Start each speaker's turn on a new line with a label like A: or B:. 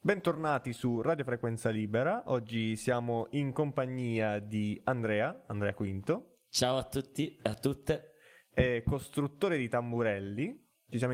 A: Bentornati su Radio Frequenza Libera, oggi siamo in compagnia di Andrea, Andrea Quinto,
B: Ciao a tutti e a tutte.
A: è costruttore di tamburelli, ci siamo